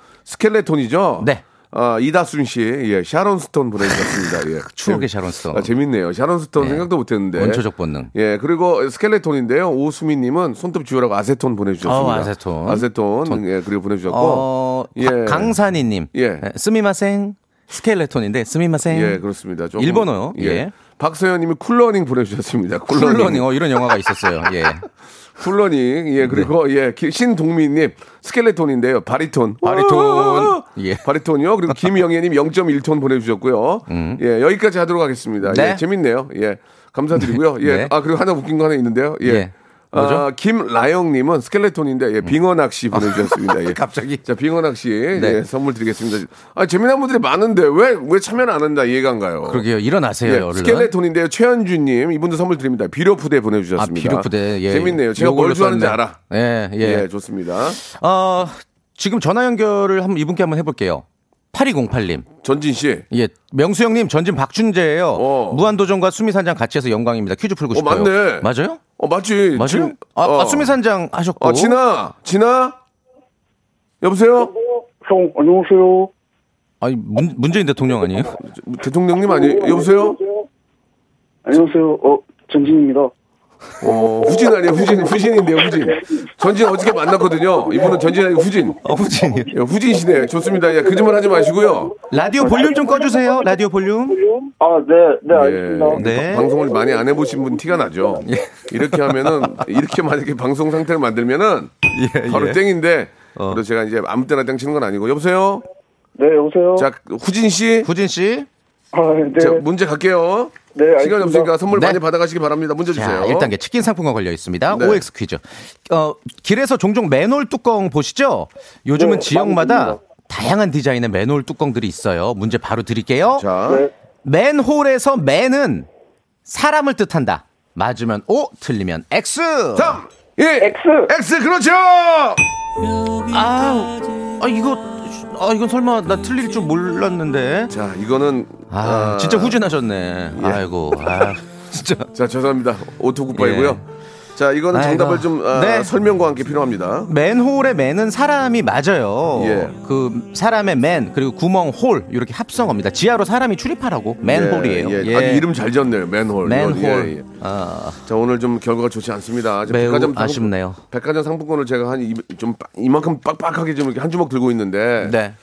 S3: 스켈레톤이죠?
S9: 네.
S3: 아, 이다순 씨, 예, 샤론 스톤 보내주셨습니다. 예.
S9: 추억의
S3: 재-
S9: 샤론 스톤.
S3: 아, 재밌네요. 샤론 스톤 생각도 못했는데.
S9: 원초적 본능.
S3: 예, 그리고 스켈레톤인데요. 오수미님은 손톱 지우라고 아세톤 보내주셨습니다.
S9: 어, 아세톤.
S3: 아세톤, 예, 그리고 보내주셨고.
S9: 어,
S3: 예.
S9: 가- 강산이님.
S3: 예.
S9: 예, 스미마생. 스켈레톤인데 스미마생.
S3: 예, 그렇습니다. 조금-
S9: 일본어요?
S3: 예.
S9: 예.
S3: 박서연님이 쿨러닝 보내주셨습니다. 쿨러닝.
S9: 쿨러닝. 어, 이런 영화가 있었어요. 예.
S3: 쿨러닝.
S9: 네.
S3: 예, 그리고 예, 기- 신동민님 스켈레톤인데요. 바리톤.
S9: 바리톤. 예.
S3: 바리톤이요. 그리고 김영애님 0.1톤 보내주셨고요. 예, 여기까지 하도록 하겠습니다.
S9: 음. 네.
S3: 예, 재밌네요. 예, 감사드리고요. 예,
S9: 네.
S3: 아 그리고 하나 웃긴 거 하나 있는데요. 예.
S9: 예. 뭐죠? 음. 아,
S3: 아, 김라영님은 스켈레톤인데 예, 빙어 낚시 보내주셨습니다. 예.
S9: 갑자기.
S3: 자 빙어 낚시
S9: 네.
S3: 예, 선물 드리겠습니다. 아 재미난 분들이 많은데 왜 왜 참여를 안 한다 이해가 안 가요.
S9: 그러게요. 일어나세요,
S3: 예,
S9: 얼른.
S3: 스켈레톤인데요. 최현주님 이분도 선물 드립니다. 비료 부대 보내주셨습니다.
S9: 아, 비료 부대. 예.
S3: 재밌네요. 제가
S9: 요걸로
S3: 뭘 좋아하는지
S9: 썼네.
S3: 알아.
S9: 예, 예.
S3: 예, 좋습니다.
S9: 어, 지금 전화 연결을 한번 이분께 한번 해 볼게요. 8208님.
S3: 전진 씨.
S9: 예, 명수 형님 전진 박준재예요.
S3: 어.
S9: 무한도전과 수미산장 같이 해서 영광입니다. 퀴즈 풀고
S3: 어,
S9: 싶어요.
S3: 맞네.
S9: 맞아요?
S3: 어 맞지.
S9: 맞아요?
S3: 지금-
S9: 아,
S3: 어.
S9: 아, 수미산장 하셨고.
S3: 아 진아 진아 여보세요.
S5: 형, 안녕하세요.
S9: 아니, 문, 문재인 대통령 아니에요?
S3: 대통령님 아니 여보세요.
S5: 안녕하세요. 어, 전진입니다.
S3: 어 후진 아니에요 후진 후진인데요 후진. 전진 어저께 만났거든요. 이분은 전진 아니고 후진.
S9: 어, 후진.
S3: 예, 후진이시네. 좋습니다. 예, 거짓말 하지 마시고요.
S9: 라디오 볼륨 좀 꺼주세요. 라디오 볼륨.
S5: 아, 네, 네,
S3: 예,
S5: 알겠습니다.
S9: 네. 예.
S3: 바- 방송을 많이 안 해보신 분 티가 나죠. 이렇게 하면은 이렇게 만약에 방송 상태를 만들면은
S9: 예,
S3: 바로
S9: 예.
S3: 땡인데. 그래서 제가 이제 아무 때나 땡치는 건 아니고 여보세요.
S5: 네, 여보세요.
S3: 자 후진 씨.
S9: 후진 씨.
S5: 아, 네.
S3: 자, 문제 갈게요.
S5: 네,
S3: 시간이
S5: 알겠습니다.
S3: 없으니까 선물
S9: 네.
S3: 많이 받아가시기 바랍니다. 문제 주세요.
S9: 자, 1단계 치킨 상품권 걸려 있습니다.
S3: 네.
S9: OX 퀴즈. 어, 길에서 종종 맨홀 뚜껑 보시죠? 요즘은
S3: 어,
S5: 네, 많이
S9: 지역마다
S5: 있습니다.
S9: 다양한 디자인의 맨홀 뚜껑들이 있어요. 문제 바로 드릴게요.
S3: 자,
S5: 네.
S9: 맨홀에서 맨은 사람을 뜻한다. 맞으면 O, 틀리면 X.
S3: 3, 2, X. 예! X, 그렇죠!
S9: 아, 아 이거 아 이건 설마 나 틀릴 줄 몰랐는데.
S3: 자, 이거는.
S9: 아, 예.
S3: 아,
S9: 진짜 후진하셨네. 아이고. 아, 진짜.
S3: 자, 죄송합니다. 오토 굿바이고요. 자, 이거는
S9: 예. 아이고.
S3: 정답을 좀 아,
S9: 네.
S3: 설명과 함께 필요합니다.
S9: 맨홀의 맨은 사람이 맞아요.
S3: 예.
S9: 그 사람의 맨 그리고 구멍 홀 이렇게 합성어입니다. 지하로 사람이 출입하라고 맨홀이에요.
S3: 예, 예. 아주 이름 잘 지었네요. 맨홀.
S9: 맨홀.
S3: 예, 예.
S9: 아,
S3: 자, 오늘 좀 결과가 좋지 않습니다. 지금
S9: 매우
S3: 백화점 상품-
S9: 아쉽네요.
S3: 백화점 상품권을 제가 한좀 이만큼 빡빡하게 좀 이렇게 한 주먹 들고 있는데
S9: 네.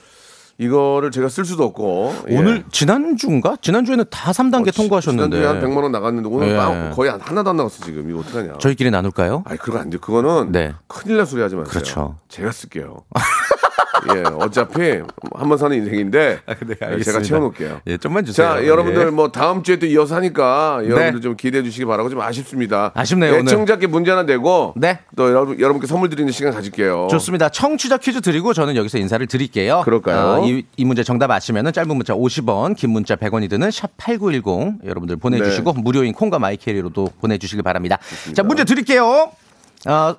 S3: 이거를 제가 쓸 수도 없고 예.
S9: 오늘 지난주인가? 어, 지난주에는 다 3단계 통과하셨는데.
S3: 지난주에 한 100만 원 나갔는데 오늘
S9: 예.
S3: 빵- 거의 한- 하나도 안 나갔어 지금 이거 어떡하냐.
S9: 저희끼리 나눌까요?
S3: 아니 그거 안 돼. 그거는
S9: 네.
S3: 큰일 날 소리 하지 마세요.
S9: 그렇죠.
S3: 제가 쓸게요. 예, 어차피 한 번 사는 인생인데
S9: 아,
S3: 제가 채워놓을게요.
S9: 네, 예, 좀만 주세요.
S3: 자, 여러분들
S9: 예. 네.
S3: 뭐 다음 주에 또 이어서 하니까 여러분들 좀 기대해 주시기 바라고 좀 아쉽습니다.
S9: 아쉽네요, 오늘.
S3: 애청자께 문제 하나 내고
S9: 네.
S3: 또 여러분, 여러분께 선물 드리는 시간 가질게요.
S9: 좋습니다. 청취자 퀴즈 드리고 저는 여기서 인사를 드릴게요.
S3: 그렇죠. 그럴까요?
S9: 어, 이, 이 문제 정답 아시면은 짧은 문자 50원, 긴 문자 100원이 드는 샵 8910 여러분들 보내주시고
S3: 네.
S9: 무료인 콩과 마이케리로도 보내주시길 바랍니다. 자 문제 드릴게요. 어,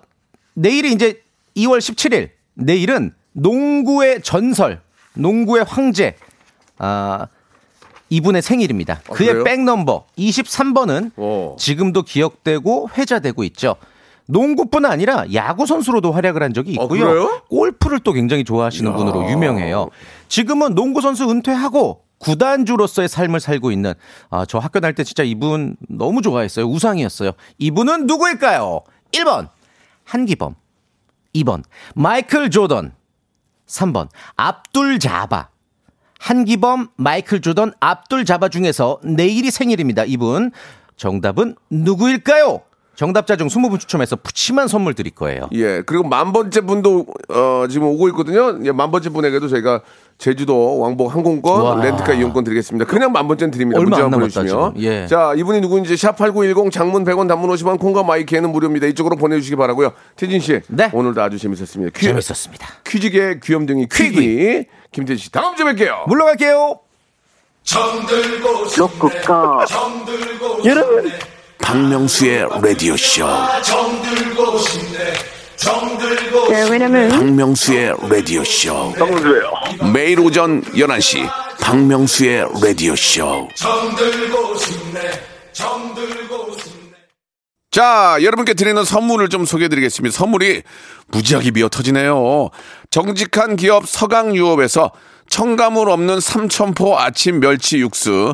S9: 내일이 이제 2월 17일. 내일은 농구의 전설, 농구의 황제. 아 이분의 생일입니다.
S3: 아,
S9: 그의
S3: 그래요?
S9: 백넘버 23번은
S3: 오.
S9: 지금도 기억되고 회자되고 있죠. 농구뿐 아니라 야구 선수로도 활약을 한 적이
S3: 어,
S9: 있고요.
S3: 그래요?
S9: 골프를 또 굉장히 좋아하시는
S3: 이야.
S9: 분으로 유명해요. 지금은 농구 선수 은퇴하고 구단주로서의 삶을 살고 있는 아, 저 학교 다닐 때 진짜 이분 너무 좋아했어요. 우상이었어요. 이분은 누구일까요? 1번 한기범, 2번 마이클 조던, 3번 압둘 자바. 한기범, 마이클 조던, 압둘 자바 중에서 내일이 생일입니다. 이분 정답은 누구일까요? 정답자 중 20분 추첨해서 푸짐한 선물 드릴 거예요.
S3: 예, 그리고 만 번째 분도 어, 지금 오고 있거든요. 예, 만 번째 분에게도 저희가 제주도 왕복 항공권,
S9: 와.
S3: 렌트카 이용권 드리겠습니다. 그냥 만 번째는 드립니다.
S9: 얼마
S3: 문자
S9: 안 남았다,
S3: 보내주시면.
S9: 지금. 예.
S3: 자, 이분이 누구인지 샵8910 장문 100원 단문 50원 콩과 마이크에는 무료입니다. 이쪽으로 보내주시기 바라고요. 태진 씨,
S9: 네.
S3: 오늘도 아주 재밌었습니다. 퀴,
S9: 재밌었습니다.
S3: 퀴즈계 귀염둥이 퀴기 김태진 씨, 다음 주에 뵐게요.
S9: 물러갈게요.
S5: 여러분
S1: 박명수의 라디오 쇼.
S6: 왜냐면
S1: 박명수의 라디오 쇼.
S4: 박명수예요.
S1: 매일 오전 11시 박명수의 라디오 쇼.
S3: 자, 여러분께 드리는 선물을 좀 소개해드리겠습니다. 선물이 무지하게 미어 터지네요. 정직한 기업 서강유업에서 청가물 없는 삼천포 아침 멸치 육수,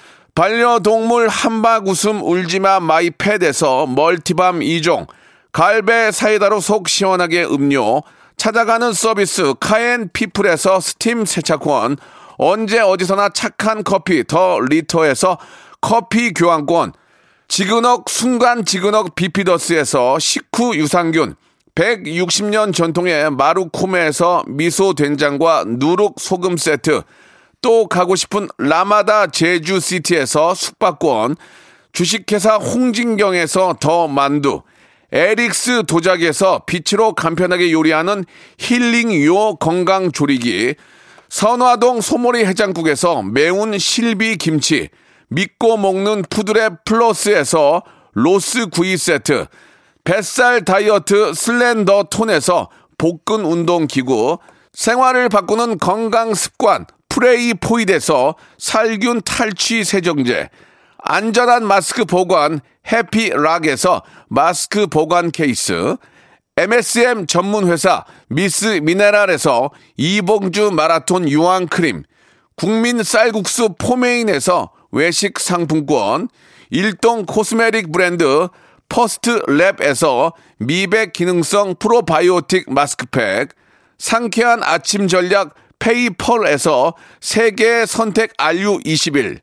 S3: 반려동물 한박 웃음 울지마 마이패드에서 멀티밤 2종, 갈배 사이다로 속 시원하게 음료, 찾아가는 서비스 카엔 피플에서 스팀 세차권, 언제 어디서나 착한 커피 더 리터에서 커피 교환권, 지그넉 순간 지그넉 비피더스에서 식후 유산균 160년 전통의 마루코메에서 미소 된장과 누룩 소금 세트 또 가고 싶은 라마다 제주시티에서 숙박권 주식회사 홍진경에서 더 만두 에릭스 도자기에서 빛으로 간편하게 요리하는 힐링요 건강조리기 선화동 소머리 해장국에서 매운 실비 김치, 믿고 먹는 푸드랩 플러스에서 로스 구이 세트, 뱃살 다이어트 슬렌더 톤에서 복근 운동 기구, 생활을 바꾸는 건강 습관 프레이 포이드에서 살균 탈취 세정제, 안전한 마스크 보관 해피락에서 마스크 보관 케이스, MSM 전문 회사 미스 미네랄에서 이봉주 마라톤 유황 크림, 국민 쌀국수 포메인에서 외식 상품권, 일동 코스메릭 브랜드 퍼스트 랩에서 미백 기능성 프로바이오틱 마스크팩, 상쾌한 아침 전략 페이펄에서 세계 선택 알류 21,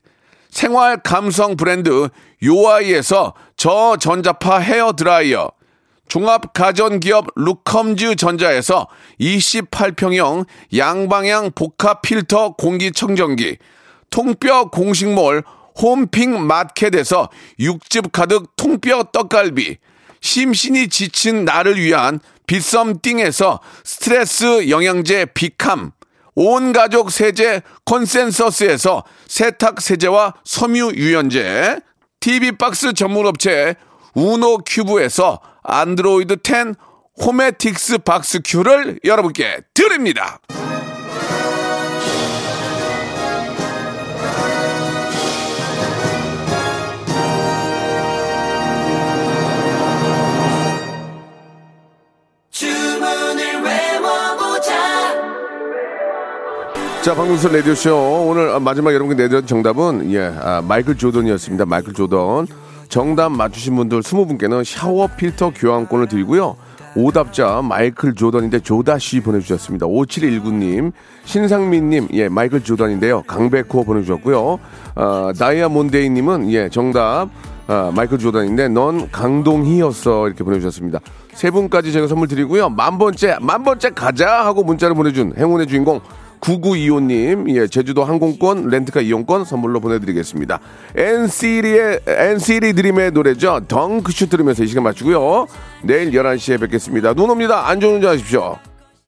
S3: 생활 감성 브랜드 요아이에서 저전자파 헤어 드라이어, 종합 가전기업 루컴즈 전자에서 28평형 양방향 복합 필터 공기청정기, 통뼈 공식몰 홈핑 마켓에서 육즙 가득 통뼈 떡갈비, 심신이 지친 나를 위한 비썸띵에서 스트레스 영양제 비캄, 온 가족 세제 컨센서스에서 세탁 세제와 섬유 유연제, TV 박스 전문 업체 우노 큐브에서 안드로이드 10 호메틱스 박스 큐를 여러분께 드립니다. 자, 박명수 라디오쇼. 오늘 아, 마지막 여러분께 내드린 정답은, 예, 아, 마이클 조던이었습니다. 마이클 조던. 정답 맞추신 분들 20분께는 샤워 필터 교환권을 드리고요. 오답자 마이클 조던인데 조다씨 보내주셨습니다. 5719님, 신상민님, 예, 마이클 조던인데요. 강백호 보내주셨고요. 아, 다이아몬데이님은, 예, 정답. 아, 마이클 조던인데 넌 강동희였어 이렇게 보내주셨습니다. 세 분까지 제가 선물 드리고요. 만 번째 만 번째 가자 하고 문자를 보내준 행운의 주인공 9925님, 예, 제주도 항공권, 렌트카 이용권 선물로 보내드리겠습니다. NCT의, NCT 드림의 노래죠. 덩크슛 들으면서 이 시간 마치고요. 내일 11시에 뵙겠습니다. 눈 옵니다. 안 좋은 운전 하십시오.